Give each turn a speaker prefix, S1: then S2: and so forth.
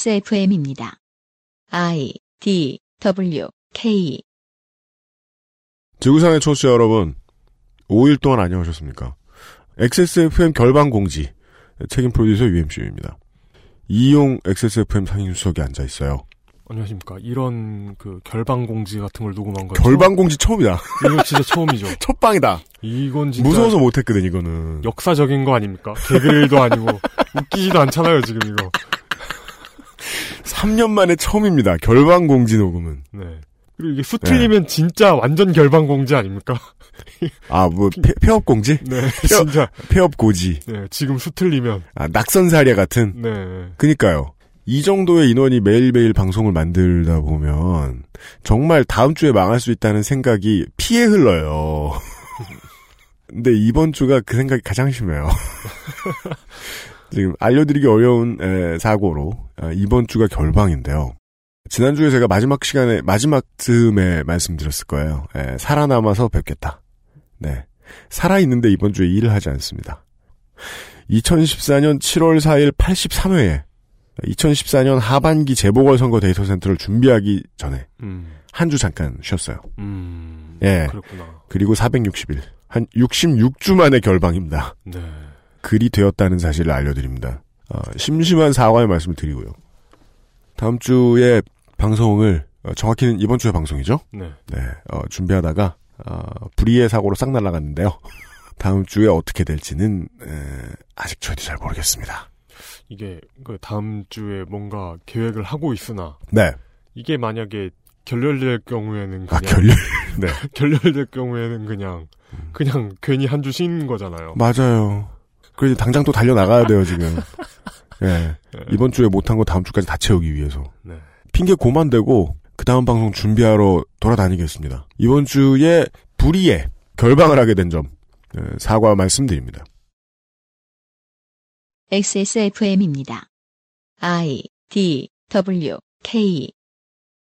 S1: XSFM입니다. I D W K
S2: 지구상의 청취자 여러분, 5일 동안 안녕하셨습니까? XSFM 결방 공지, 책임 프로듀서 UMC입니다. 이용 XSFM 상임수석이 앉아 있어요.
S3: 안녕하십니까. 이런 그 결방 공지 같은 걸 녹음한 거
S2: 결방 공지 처음이다.
S3: 이거 진짜 처음이죠.
S2: 첫 방이다.
S3: 이건 진짜
S2: 무서워서 못했거든, 이거는.
S3: 역사적인 거 아닙니까? 개그릴도 아니고 웃기지도 않잖아요 지금 이거.
S2: 3년 만에 처음입니다. 결방 공지 녹음은.
S3: 네. 그리고 이게 수틀리면
S2: 네.
S3: 진짜 완전 결방 공지 아닙니까?
S2: 아, 뭐, 폐, 폐업 공지?
S3: 네, 진짜.
S2: 폐업 고지.
S3: 네, 지금 수틀리면
S2: 아, 낙선 사례 같은.
S3: 네,
S2: 그니까요. 이 정도의 인원이 매일매일 방송을 만들다 보면 정말 다음 주에 망할 수 있다는 생각이 피해 흘러요. 근데 이번 주가 그 생각이 가장 심해요. 지금 알려드리기 어려운 에, 사고로 아, 이번 주가 결방인데요. 지난주에 제가 마지막 시간에 마지막 쯤에 말씀드렸을 거예요. 에, 살아남아서 뵙겠다. 네. 살아있는데 이번 주에 일을 하지 않습니다. 2014년 7월 4일 83회에 2014년 하반기 재보궐선거 데이터 센터를 준비하기 전에
S3: 음,
S2: 한 주 잠깐 쉬었어요.
S3: 음,
S2: 예.
S3: 그렇구나.
S2: 그리고 460일, 한 66주 만의 결방입니다.
S3: 네,
S2: 글이 되었다는 사실을 알려드립니다. 어, 심심한 사과의 말씀을 드리고요. 다음 주에 방송을 어, 정확히는 이번 주에 방송이죠.
S3: 네,
S2: 네, 어, 준비하다가 어, 불의의 사고로 싹 날아갔는데요. 다음 주에 어떻게 될지는 에, 아직 저희도 잘 모르겠습니다.
S3: 이게 그 다음 주에 뭔가 계획을 하고 있으나
S2: 네,
S3: 이게 만약에 결렬될 경우에는
S2: 아
S3: 그냥
S2: 결렬
S3: 결렬될 경우에는 그냥 그냥 괜히 한 주 쉬는 거잖아요.
S2: 맞아요. 그래서 당장 또 달려 나가야 돼요 지금. 예,
S3: 예.
S2: 이번 주에 못한 거 다음 주까지 다 채우기 위해서
S3: 네.
S2: 핑계 고만 대고 그 다음 방송 준비하러 돌아다니겠습니다. 이번 주에 불의에 결방을 하게 된 점 예, 사과 말씀드립니다.
S1: XSFM입니다. I D W K